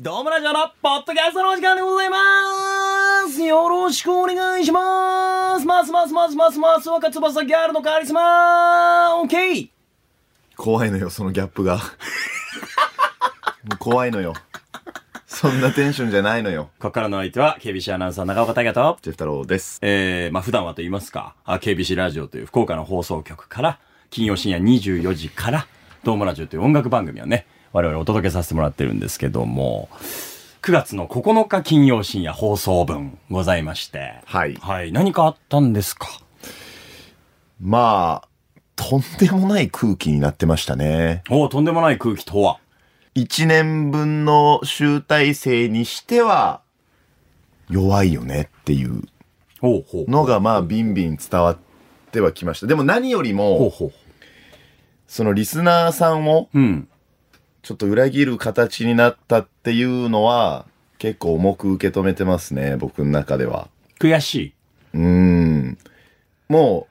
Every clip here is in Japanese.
どうもラジオのポッドキャストのお時間でございますよろしくお願いしますますますますますます若翼ギャルのカリスマオッケー怖いのよそのギャップがもう怖いのよそんなテンションじゃないのよここからの相手は KBC アナウンサー長岡大和とジェフ太郎ですえー、まあ普段はと言いますかあ KBC ラジオという福岡の放送局から金曜深夜24時から「どうもラジオ」という音楽番組をね我々お届けさせてもらってるんですけども9月の9日金曜深夜放送分ございましてはいはい、何かあったんですかまあとんでもない空気になってましたねおうとんでもない空気とは1年分の集大成にしては弱いよねっていうほうほうのがまあビンビン伝わってはきましたでも何よりほうもほうそのリスナーさんをうんちょっと裏切る形になったっていうのは結構重く受け止めてますね僕の中では悔しいうーん。も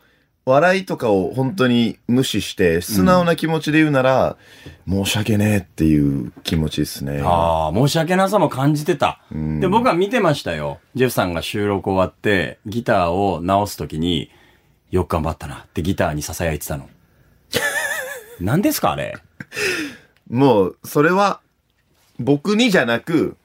う、笑いとかを本当に無視して、素直な気持ちで言うなら、申し訳ねえっていう気持ちですね。ああ、申し訳なさも感じてた。んで、僕は見てましたよ。ジェフさんが収録終わって、ギターを直すときに、よく頑張ったなってギターに囁いてた の。何ですかあれもう、それは、僕にじゃなく、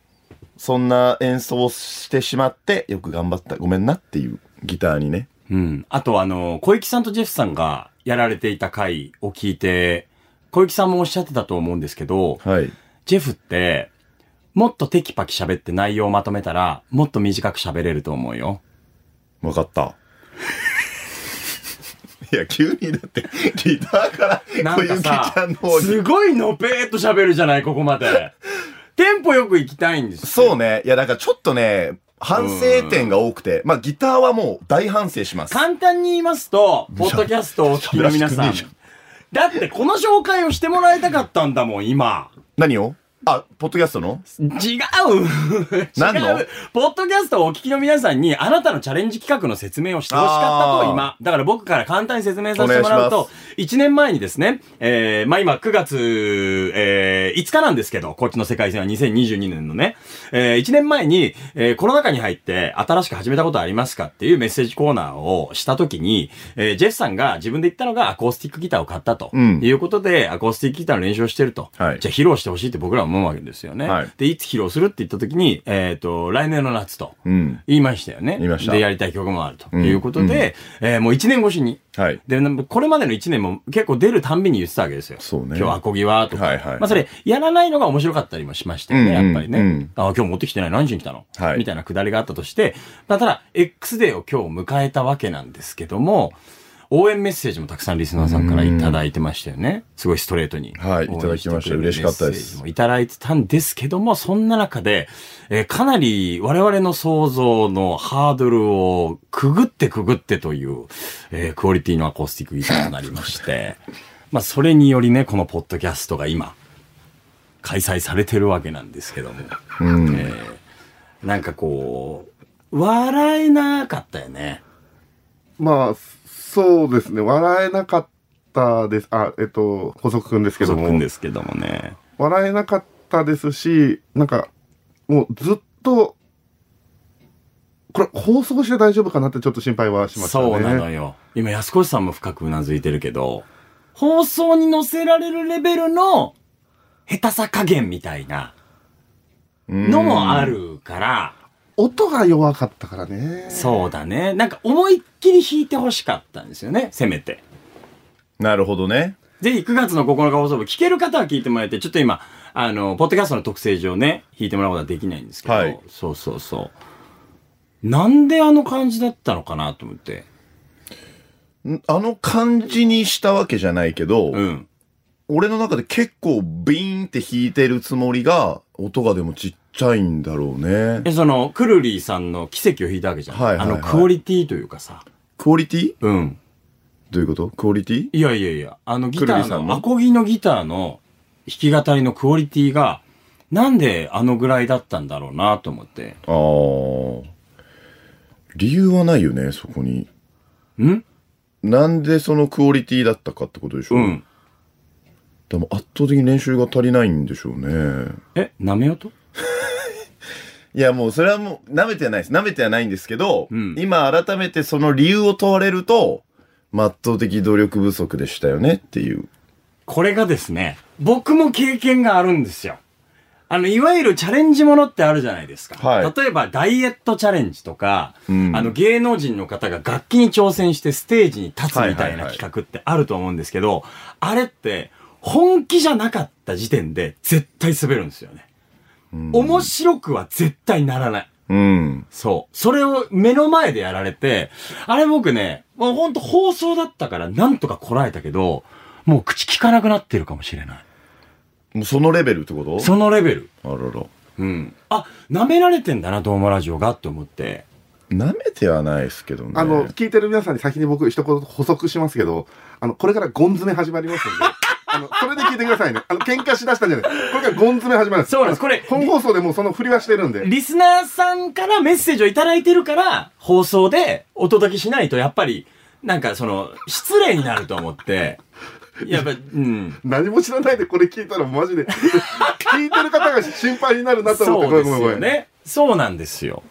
そんな演奏をしてしまって、よく頑張った、ごめんなっていうギターにね。うん。あとあの、小池さんとジェフさんがやられていた回を聞いて、小池さんもおっしゃってたと思うんですけど、はい。ジェフって、もっとテキパキ喋って内容をまとめたら、もっと短く喋れると思うよ。わ かった。いや、急にだって、ギターから なん小か雪ちさゃんの方、に。すごいのぺーっと喋るじゃない、ここま で。テンポよく行きたいんですそうね。いや、だからちょっとね、反省点が多くて、まあギターはもう大反省します。簡単に言いますと、ポッドキャストをお聞きの皆さん喋らせてくんね。だってこの紹介をしてもらいたかったんだもん、今。何をあ、ポッドキャストの違う違何のうポッドキャストをお聞きの皆さんに、あなたのチャレンジ企画の説明をしてほしかったあと、ー今。だから僕から簡単に説明させてもらうお願といし、 1年前にですね、えー、まあ今9月、えー、5日なんですけど、こっちの世界線は2022年のね、えー、1年前に、えー、コロナ禍に入って新しく始めたことありますかっていうメッセージコーナーをした時に、えー、ジェフさんが自分で言ったのがアコースティックギターを買ったと。うんいうことで、アコースティックギターの練習をしてると。はいじゃあ披露してほしいって僕らは思うわけですよね。はいで、いつ披露するって言った時に、えっ、と、来年の夏とうん。言いましたよね。言いましたで、やりたい曲もあるとんいうことで、えーもう1年越しに。はい。で、なんかこれまでの1年も結構出るたんびに言ってたわけですよ。そうね今日アコギはとか。はいはいまあそれ、やらないのが面白かったりもしましたよね、うんうんやっぱりね。うんあ、今日持ってきてない何時に来たの、はいみたいなくだりがあったとして、まあただ、X デーを今日迎えたわけなんですけども、応援メッセージもたくさんリスナーさんからいただいてましたよね。すごいストレートに。はいいただきました嬉しかった応援てくれるメですッセージもいただいてたんですけども、そんな中で、えーかなり我々の想像のハードルをくぐってくぐってという、えークオリティのアコースティックギターとなりまして、 まあそれによりね、このポッドキャストが今、開催されてるわけなんですけども、うん。えーなんかこう、笑えなかったよね。まあ、そうですね。笑えなかったです。あ、えっと、補足くんですけ補ど足くんもで。すけどもね。笑えなかったですし、なんか、もうずっと、これ、放送して大丈夫かなってちょっと心配はしましたね。そうなのよ。今、安越さんも深くうなずいてるけど、放送に載せられるレベルの下手さ加減みたいなのもあるから、音が弱かったからね。そうだね。なんか思いっきり弾いてほしかったんですよね、せめて。なるほどね。ぜひ9月の9日放送部、聞ける方は聞いてもらえて、ちょっと今、あの、ポッドキャストの特性上ね、弾いてもらうことはできないんですけど、はいそうそうそう。なんであの感じだったのかなと思って。んあの感じにしたわけじゃないけど、うん。俺の中で結構ビーンって弾いてるつもりが、音がでもちっちゃいんだろうね。え、その、くるりさんの奇跡を弾いたわけじゃん。はいはいはいあの、クオリティというかさ。クオリティうん。どういうことクオリティいやいやいや、あのギタくるりーさんの、のアコギのギターの弾き語りのクオリティが、なんであのぐらいだったんだろうなと思って。あー。理由はないよね、そこに。んなんでそのクオリティだったかってことでしょうん。でも圧倒的に練習が足りないんでしょうね。え、舐め音いやもうそれはもう舐めてはないです。舐めてはないんですけど、うん今改めてその理由を問われると、圧倒的努力不足でしたよねっていう。これがですね、僕も経験があるんですよ。あの、いわゆるチャレンジものってあるじゃないですか。はい例えば、ダイエットチャレンジとか、うんあの、芸能人の方が楽器に挑戦してステージに立つみたはいいはいなはい企画ってあると思うんですけど、あれって、本気じゃなかった時点で絶対滑るんですよね。面白くは絶対ならない。うん。そう。それを目の前でやられて、あれ僕ね、もうほんと放送だったからなんとかこらえたけど、もう口聞かなくなってるかもしれない。もうそのレベルってことそのレベル。あらら。うん。あ、舐められてんだな、ドーマラジオがって思って。舐めてはないですけどね。あの、聞いてる皆さんに先に僕一言補足しますけど、あの、これからゴン詰め始ま りますんで、あの、それで聞いてくださいね。あの、喧嘩しだしたんじゃないこれからゴン詰め始まるんです。そうなんですこれ本放送でもうその振りはしてるんで。リスナーさんからメッセージをいただいてるから、放送でお届けしないと、やっぱり、なんかその、失礼になると思 って。やっぱ、うん。何も知らないでこれ聞いたらマジで、聞いてる方が心配になるなと思って、そうですごめんごめよんごめん。ね。そうなんですよ。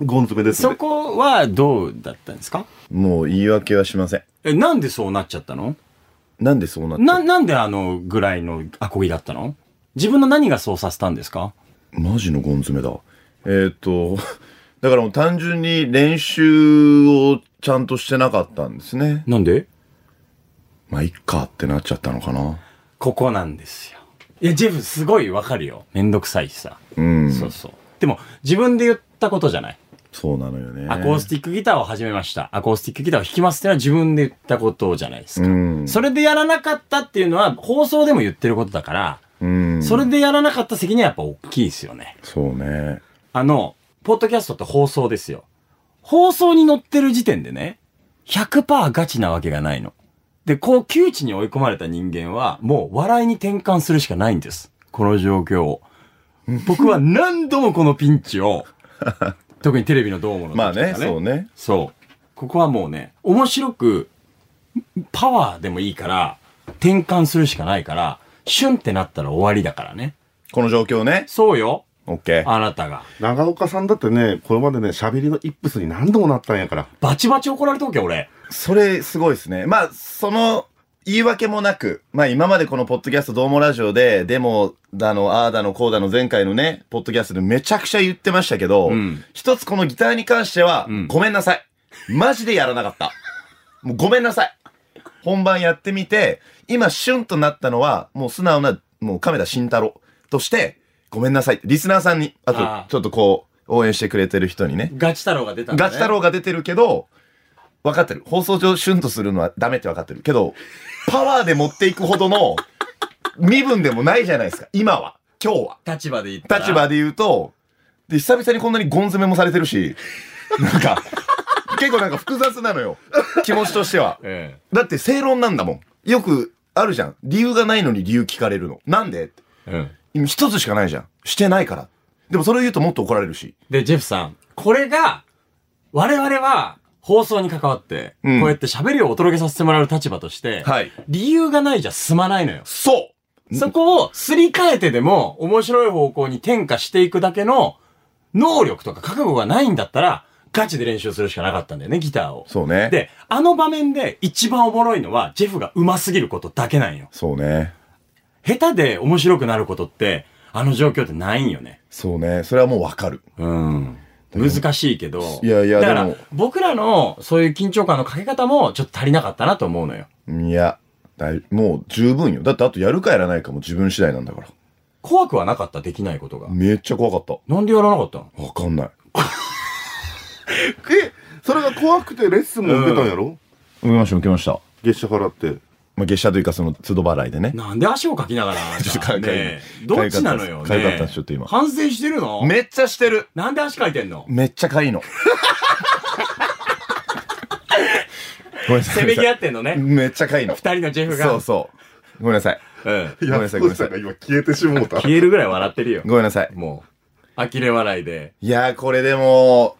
ゴン詰めですんそで。こはどうだったんですかもう言い訳はしません。え、なんでそうなっちゃったのなんでそうなったな、なんであのぐらいのアコギだったの自分の何がそうさせたんですかマジのゴン詰めだ。えーっと、 だからもう単純に練習をちゃんとしてなかったんですね。なんでまあ、いっかってなっちゃったのかな。ここなんですよ。いや、ジェフすごいわかるよ。めんどくさいしさ。うん。そうそう。でも、自分で言ったことじゃない。そうなのよね。アコースティックギターを始めました。アコースティックギターを弾きますってのは自分で言ったことじゃないですか。うんそれでやらなかったっていうのは放送でも言ってることだから、うん。それでやらなかった責任はやっぱ大きいですよね。そうね。あの、ポッドキャストって放送ですよ。放送に載ってる時点でね、100%ガチなわけがないの。で、こう窮地に追い込まれた人間は、もう笑いに転換するしかないんです。この状況を。僕は何度もこのピンチ を、特にテレビのどうもの時とまあかね、そうね。そう。ここはもうね、面白く、パワーでもいいから、転換するしかないから、シュンってなったら終わりだからね。この状況ね。そうよ。オッケー。あなたが。長岡さんだってね、これまでね、喋りのイップスに何度もなったんやから。バチバチ怒られとけ、俺。それ、すごいですね。まあ、その、言い訳もなく、まあ今までこのポッドキャストどうもラジオで、でも、だの、ああだの、こうだの、前回のね、ポッドキャストでめちゃくちゃ言ってましたけど、うん一つこのギターに関しては、んごめんなさい。マジでやらなかった。もうごめんなさい。本番やってみて、今、シュンとなったのは、もう素直な、もう亀田慎太郎として、ごめんなさい。リスナーさんに、あああと、ちょっとこう、応援してくれてる人にね、ガチ太郎が出たんだ、ね。ガチ太郎が出てるけど、分かってる。放送上シュンとするのはダメって分かってる。けど、パワーで持っていくほどの身分でもないじゃないですか。今は。今日は。立場で言ったら。立場で言うと、で、久々にこんなにゴン詰めもされてるし、なんか、結構なんか複雑なのよ。気持ちとしては。えだって正論なんだもん。よくあるじゃん。理由がないのに理由聞かれるの。なんでってえ。うん。今一つしかないじゃん。してないから。でもそれを言うともっと怒られるし。で、ジェフさん、これが、我々は、放送に関わって、うんこうやって喋りをお届けさせてもらう立場として、はい理由がないじゃ済まないのよ。そうそこをすり替えてでも、面白い方向に転化していくだけの、能力とか覚悟がないんだったら、ガチで練習するしかなかったんだよね、ギターを。そうね。で、あの場面で一番おもろいのは、ジェフが上手すぎることだけなんよ。そうね。下手で面白くなることって、あの状況ってないんよね。そうね。それはもうわかる。うん。難しいけど。いやいやだからでも僕らのそういう緊張感のかけ方もちょっと足りなかったなと思うのよ。いや、だいもう十分よ。だってあとやるかやらないかも自分次第なんだから。怖くはなかった、できないことが。めっちゃ怖かっなんでやらなかったのた。わかんない。え、それが怖くてレッスンも受けたんやろ、受けました、受けました。月謝払って。まあ、月謝というかその都度払いでね。なんで足をかきながら。ちょっとかゆいねえどっちなのよね。かゆかったですちょっと今反省してるのめっちゃしてる。なんで足かいてんの めっちゃかいいの。ごめんなさせい。めぎ合ってんのね。めっちゃかいいの。二人のジェフが。そうそう。ごめんなさい。うん。ごめんなさいごめんなさいやっとしたが今消えてしもうた。消えるぐらい笑ってるよ。ごめんなさい。もう。呆れ笑いで。いやー、これでも、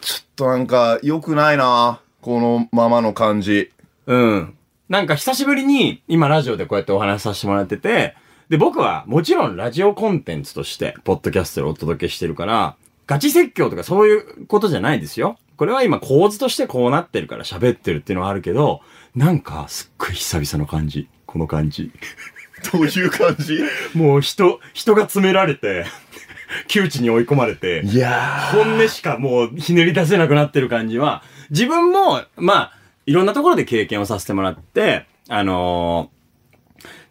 ちょっとなんか良くないな。このままの感じ。うん。なんか久しぶりに、今ラジオでこうやってお話しさせてもらってて、で、僕はもちろんラジオコンテンツとして、ポッドキャストでお届けしてるから、ガチ説教とかそういうことじゃないですよ。これは今構図としてこうなってるから喋ってるっていうのはあるけど、なんかすっごい久々の感じ。この感じ。どういう感じもう人、人が詰められて、窮地に追い込まれて、いや本音しかもうひねり出せなくなってる感じは、自分も、まあ、いろんなところで経験をさせてもらって、あのー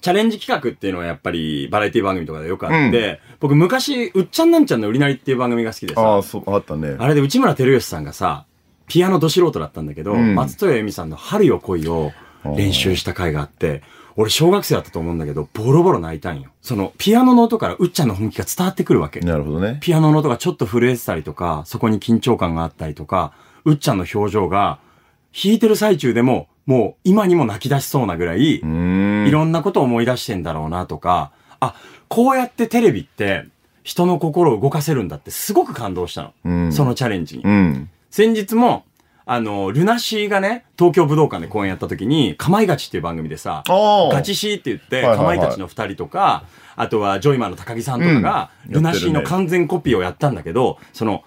チャレンジ企画っていうのはやっぱりバラエティ番組とかでよくあって、僕昔、うっちゃんなんちゃんの売りなりっていう番組が好きでさ、 ああ、あそう、あったね。れで内村光良さんがさ、ピアノど素人だったんだけど、うん松任谷由実さんの春よ来いを練習した回があって、俺小学生だったと思うんだけど、ボロボロ泣いたんよ。その、ピアノの音からうっちゃんの本気が伝わってくるわけ。なるほどね。ピアノの音がちょっと震えてたりとか、そこに緊張感があったりとか、うっちゃんの表情が、弾いてる最中でも、もう今にも泣き出しそうなぐらい、うーん。いろんなことを思い出してんだろうなとか、あ、こうやってテレビって、人の心を動かせるんだってすごく感動したの。うんそのチャレンジにう。ん。先日も、あの、ルナシーがね、東京武道館で公演やった時に、かまいがちっていう番組でさ、ああ。ガチシーって言って、いはいかはまいいたちの二人とか、あとはジョイマンの高木さんとかが、うんルナシーの完全コピーをやったんだけど、その、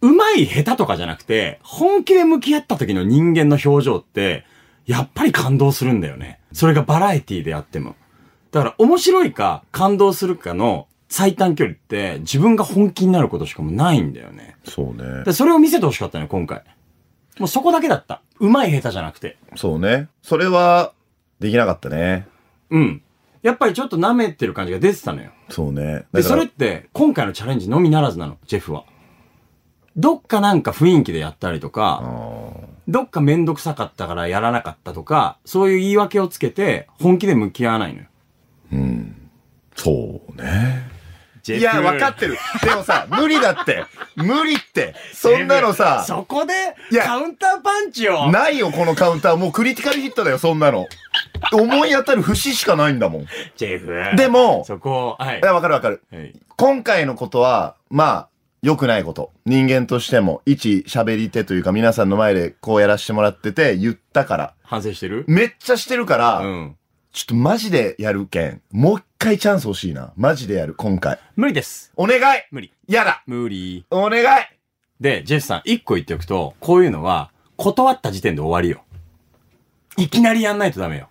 うまい下手とかじゃなくて、本気で向き合った時の人間の表情って、やっぱり感動するんだよね。それがバラエティであっても。だから面白いか感動するかの最短距離って自分が本気になることしかもうないんだよね。そうね。でそれを見せてほしかったね、今回。もうそこだけだった。うまい下手じゃなくて。そうね。それは、できなかったね。うん。やっぱりちょっと舐めてる感じが出てたのよ。そうね。で、だそかれっら、て、今回のチャレンジのみならずなの、ジェフは。どっかなんか雰囲気でやったりとあか、ーどっかめんどくさかったからやらなかったとか、そういう言い訳をつけて、本気で向き合わないのよ。うん。そうね。ジェフいや、分かってる。で もさ、無理だって。無理って。そんなのさ、そこでい、やカウンターパンチをないよ、このカウンター。もうクリティカルヒットだよ、そんなの。思い当たる節しかないんだもん。いジェフでもそこを、はい。や、わかるわかる。はい今回のことは、まあ、良くないこと。人間としても、一喋り手というか、皆さんの前でこうやらせてもらってて、言ったから。反省してるめっちゃしてるから、うん。ちょっとマジでやるけん。もう一回チャンス欲しいな。マジでやる、今回。無理です。お願い無理。やだ無理。お願いで、ジェフさん、一個言っておくと、こういうのは、断った時点で終わりよ。いきなりやんないとダメよ。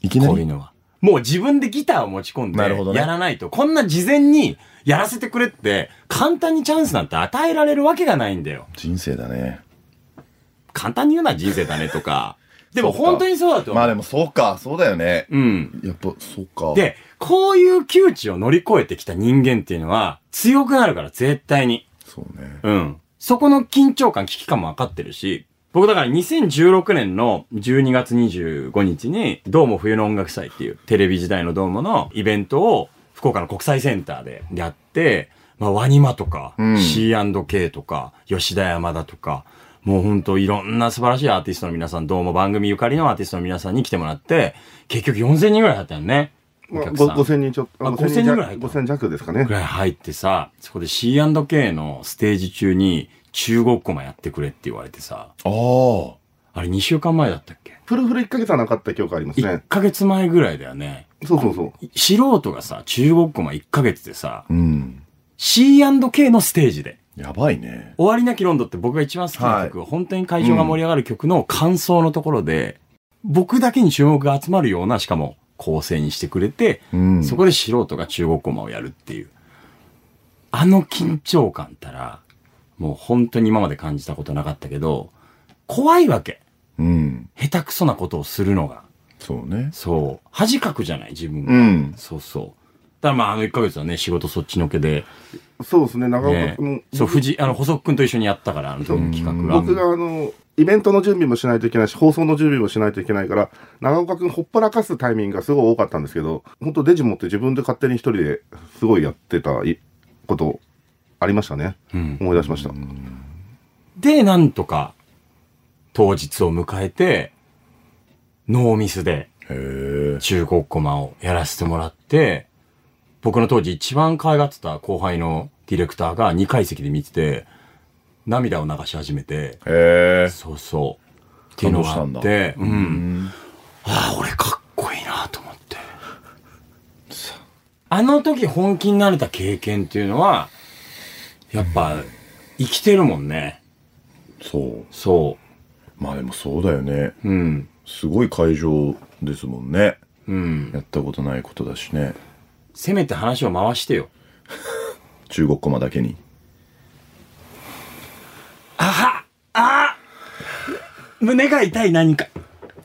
いきこういうのは。もう自分でギターを持ち込んなるほどで、ねやらないと、こんな事前にやらせてくれって、簡単にチャンスなんて与えられるわけがないんだよ。人生だね。簡単に言うな人生だねと か。でもそうか本当にそうだと思う。まあでもそうか、そうだよね。うん。やっぱ、そうか。、で、こういう窮地を乗り越えてきた人間っていうのは、強くなるから、絶対に。そうね。うん。そこの緊張感、危機感も分かってるし、僕だから2016年の12月25日に、ドーム冬の音楽祭っていうテレビ時代のドームのイベントを福岡の国際センターでやって、まあ、ワニマとか、うん C&K とか、吉田山田とか、もうほんといろんな素晴らしいアーティストの皆さん、どうも番組ゆかりのアーティストの皆さんに来てもらって、結局4000人ぐらいだったよね。おまあ、客さん。ご5000人ちょっと、ああ5000人ぐらい5000弱ですかねぐ。らい入ってさ、そこで C&K のステージ中に中国コマやってくれって言われてさ、ああ。あれ2週間前だったっけフルフル1ヶ月はなかった記憶ありますね ?1。ヶ月前ぐらいだよね。そうそうそう。素人がさ、中国コマ1ヶ月でさ、うん。 C&K のステージで。やばいね。終わりなきロンドって僕が一番好きな曲、本当に会場が盛り上がる曲の感想のところで、僕だけに注目が集まるような、しかも構成にしてくれて、うん。そこで素人が中国コマをやるっていう。あの緊張感たら、もう本当に今まで感じたことなかったけど、怖いわけ。うん。下手くそなことをするのが。そうね。そう。恥かくじゃない、自分が。うん。そうそう。だからまああの1ヶ月はね、仕事そっちのけで、そうですね、長岡ね君、、そう、藤井、あの、細く君と一緒にやったから、あの企画が。僕があの、イベントの準備もしないといけないし、放送の準備もしないといけないから、長岡くんほっぽらかすタイミングがすごい多かったんですけど、本当デジ持って自分で勝手に一人ですごいやってたいこと、ありましたね。うん思い出しました。で、なんとか、当日を迎えて、ノーミスで、へえ。中国コマをやらせてもらって、僕の当時一番可愛がってた後輩のディレクターが2階席で見てて、涙を流し始めて、へえ。そうそう。っていうのがあって、うん。ああ、俺かっこいいなと思って。あの時本気になれた経験っていうのは、やっぱ、生きてるもんね。そう。そまあでもそうだよね。う。うん。すごい会場ですもんね。うん。やったことないことだしね。せめて話を回してよ。中国コマだけに。胸が痛い何か。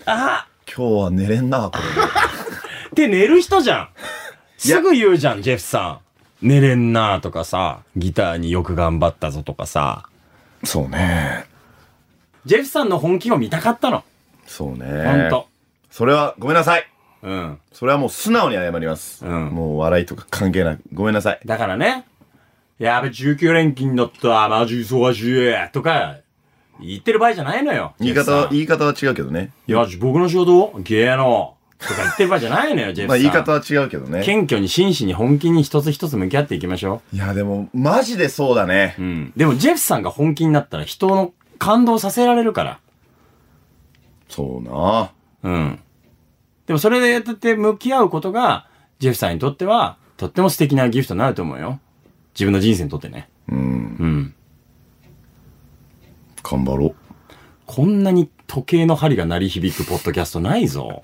あ今日は寝れんな、こあって寝る人じゃん。すぐ言うじゃん、ジェフさん。寝れんなーとかさ、ギターによく頑張ったぞとかさ。れ。そうね。ジェフさんの本気を見たかったの。そうね。ほんと。それは、ごめんなさい。うん。それはもう素直に謝ります。うんもう笑いとか関係なく。ごめんなさい。だからね、やべ、19連勤だった、マジ忙しい、とか、言ってる場合じゃないのよ。言いジェフ方さはん、言い方は違うけどね。いや、僕の仕事芸能とか言ってる場合じゃないの よ、ジェフまさあん。言い方は違うけどね。謙虚に真摯に本気に一つ一つ向き合っていきましょいや、でも、マジでそうだねう。。うん。でも、ジェフさんが本気になったら人の感動させられるから。そうな。うん。でも、それでやって向き合うことが、ジェフさんにとっては、とっても素敵なギフトになると思うよ。自分の人生にとってね。うん。うん。頑張ろう。こんなに時計の針が鳴り響くポッドキャストないぞ。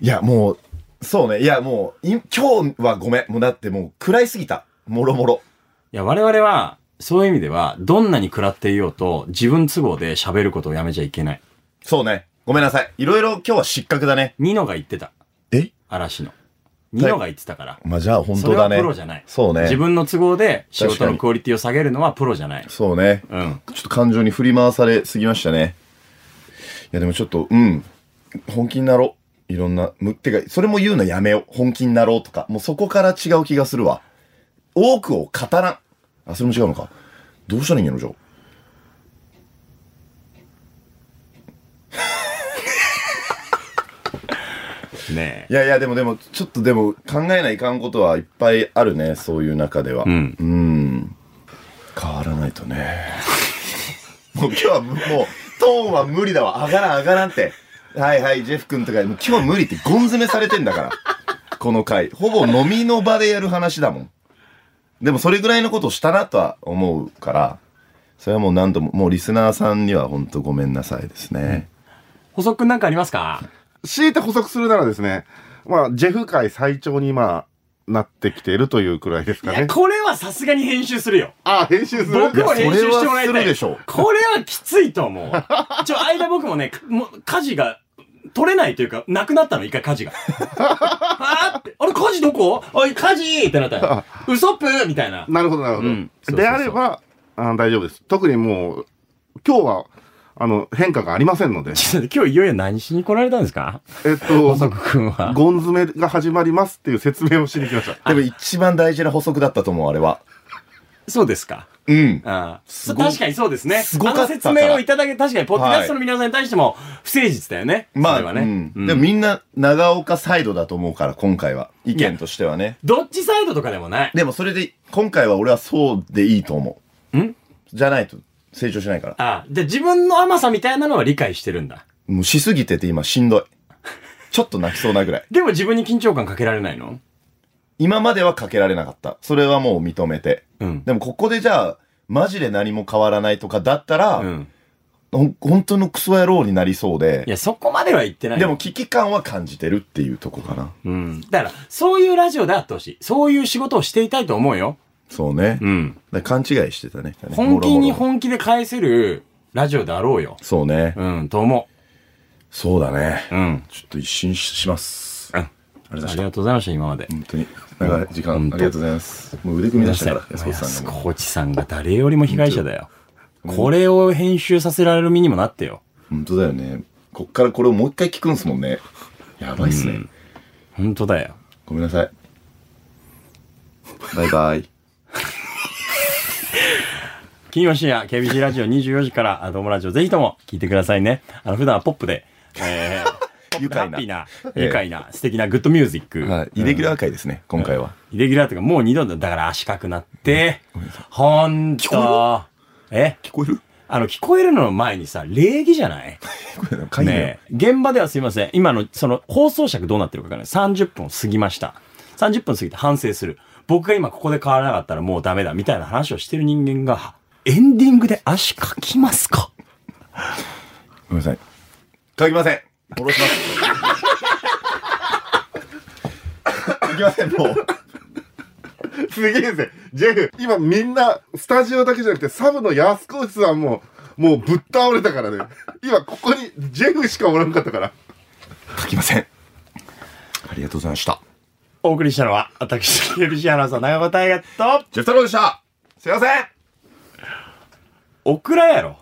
いや、もう、そうね。いや、もう、い今日はごめん。もうだってもう、暗いすぎた。もろもろ。いや、我々は、そういう意味では、どんなに食らっていようと、自分都合で喋ることをやめちゃいけない。そうね。ごめんなさい。いろいろ今日は失格だね。ニノが言ってた。え嵐の。ニノが言ってたから。まあ、じゃあ本そ当れだはね。プロじゃない。そうね。自分の都合で仕確事かのにクオリティを下げるのはプロじゃない。そうね。うん。ちょっと感情に振り回されすぎましたね。いや、でもちょっと、うん。本気になろう。いろんな、む、てか、それも言うのやめよう。本気になろうとか。もうそこから違う気がするわ。多くを語らん。あ、それも違うのか。どうしたらいいんやろ、じゃあ。ねえ。いやいや、でもでも、ちょっとでも、考えないかんことはいっぱいあるね。そういう中では。うん。うん。変わらないとね。 もう今日はもう、トーンは無理だわ。上がらん上がらんって。はいはい、ジェフ君とか、もう今日無理ってゴン詰めされてんだから。この回。ほぼ飲みの場でやる話だもん。でもそれぐらいのことをしたなとは思うから、それはもう何度も、もうリスナーさんには本当ごめんなさいですね。補足なんかありますか強いて補足するならですね、まあ、ジェフ界最長にまあ、なってきているというくらいですかいや、ね。これはさすがに編集するよ。ああ、編集する僕も編集してもらいたそれはするい。でしょうこれはきついと思う。ちょ、間僕もね、かもう、家事が、取れないというか、なくなったの、一回 家事が。あーって、あれ、家事どこおい、家事ってなったよ。ウソップみたいな。なるほど、なるほど。うんそうそうそうであればあ、大丈夫です。特にもう、今日は、あの、変化がありませんので。ちょっと今日いよいよ何しに来られたんですかえっと補、足くんは。ゴン詰めが始まりますっていう説明をしに来ました。でも一番大事な補足だったと思う、あれは。そうですか。うん。あすあごい確かにそうですね。すごかったあの説明をいただけ、確かに、ポッドキャストの皆さんに対しても、不誠実だよね。まそあ、れはねね。うんでもみんな長岡サイドだと思うから、今回は。意見としてはね。どっちサイドとかでもない。でもそれで、今回は俺はそうでいいと思う。んじゃないと成長しないから。ああ、じゃあ自分の甘さみたいなのは理解してるんだ。もうしすぎてて今しんどい。ちょっと泣きそうなぐらい。でも自分に緊張感かけられないの今まではかけられなかった。それはもう認めて。うん。でもここでじゃあ、マジで何も変わらないとかだったら、うん。ほん本当のクソ野郎になりそうでい、や、そこまでは言ってない。でも、危機感は感じてるっていうとこかな。うん。だから、そういうラジオであってほしい。そういう仕事をしていたいと思うよ。そうね。ん。だから勘違いしてたね。本気にもろもろ本気で返せるラジオであろうよ。そうね。うん、と思そうだね。う。うん。ちょっと一新します。うんありがあとうござりいましがた。とうございました、今まで。本当に。長い時間、あ本り当がとうございます。もう腕組み出したから、安安子さんがも河内さんが誰よりも被害者だよ。これを編集させられる身にもなってよ。う。本当だよね。こっからこれをもう一回聞くんすもんね。やばいっすね。本当だよ。ごめんなさい。バイバイ。金曜深夜 KBC ラジオ24時からあドームラジオぜひとも聞いてくださいね。あの普段はポップで、えー、愉快ハなッピーな、ええ愉快な、素敵なグッドミュージック。はい。イレギュラー会ですね、今回は。イレギュラーというかもう二度だ、だから足かくなって、ほんと、え聞こえるあの聞こえるのの前にさ、礼儀じゃない聞こえる会議だよねえ現場ではすいません。今の、その、放送尺どうなってるかわからない。30分を過ぎました。 30分過ぎて反省する。僕が今ここで変わらなかったらもうダメだ、みたいな話をしてる人間が、エンディングで足かきますかごめんなさい。書きません。下ろします。書きません、もう。すげえぜ。ジェフ。今みんな、スタジオだけじゃなくて、サブの安越さんも、もうぶっ倒れたからね。今ここにジェフしかおらんかったから。書きません。ありがとうございました。お送りしたのは、私、MC アナウンサー、長岡大河と、ジェフ太郎でした。すいません。オクラやろ。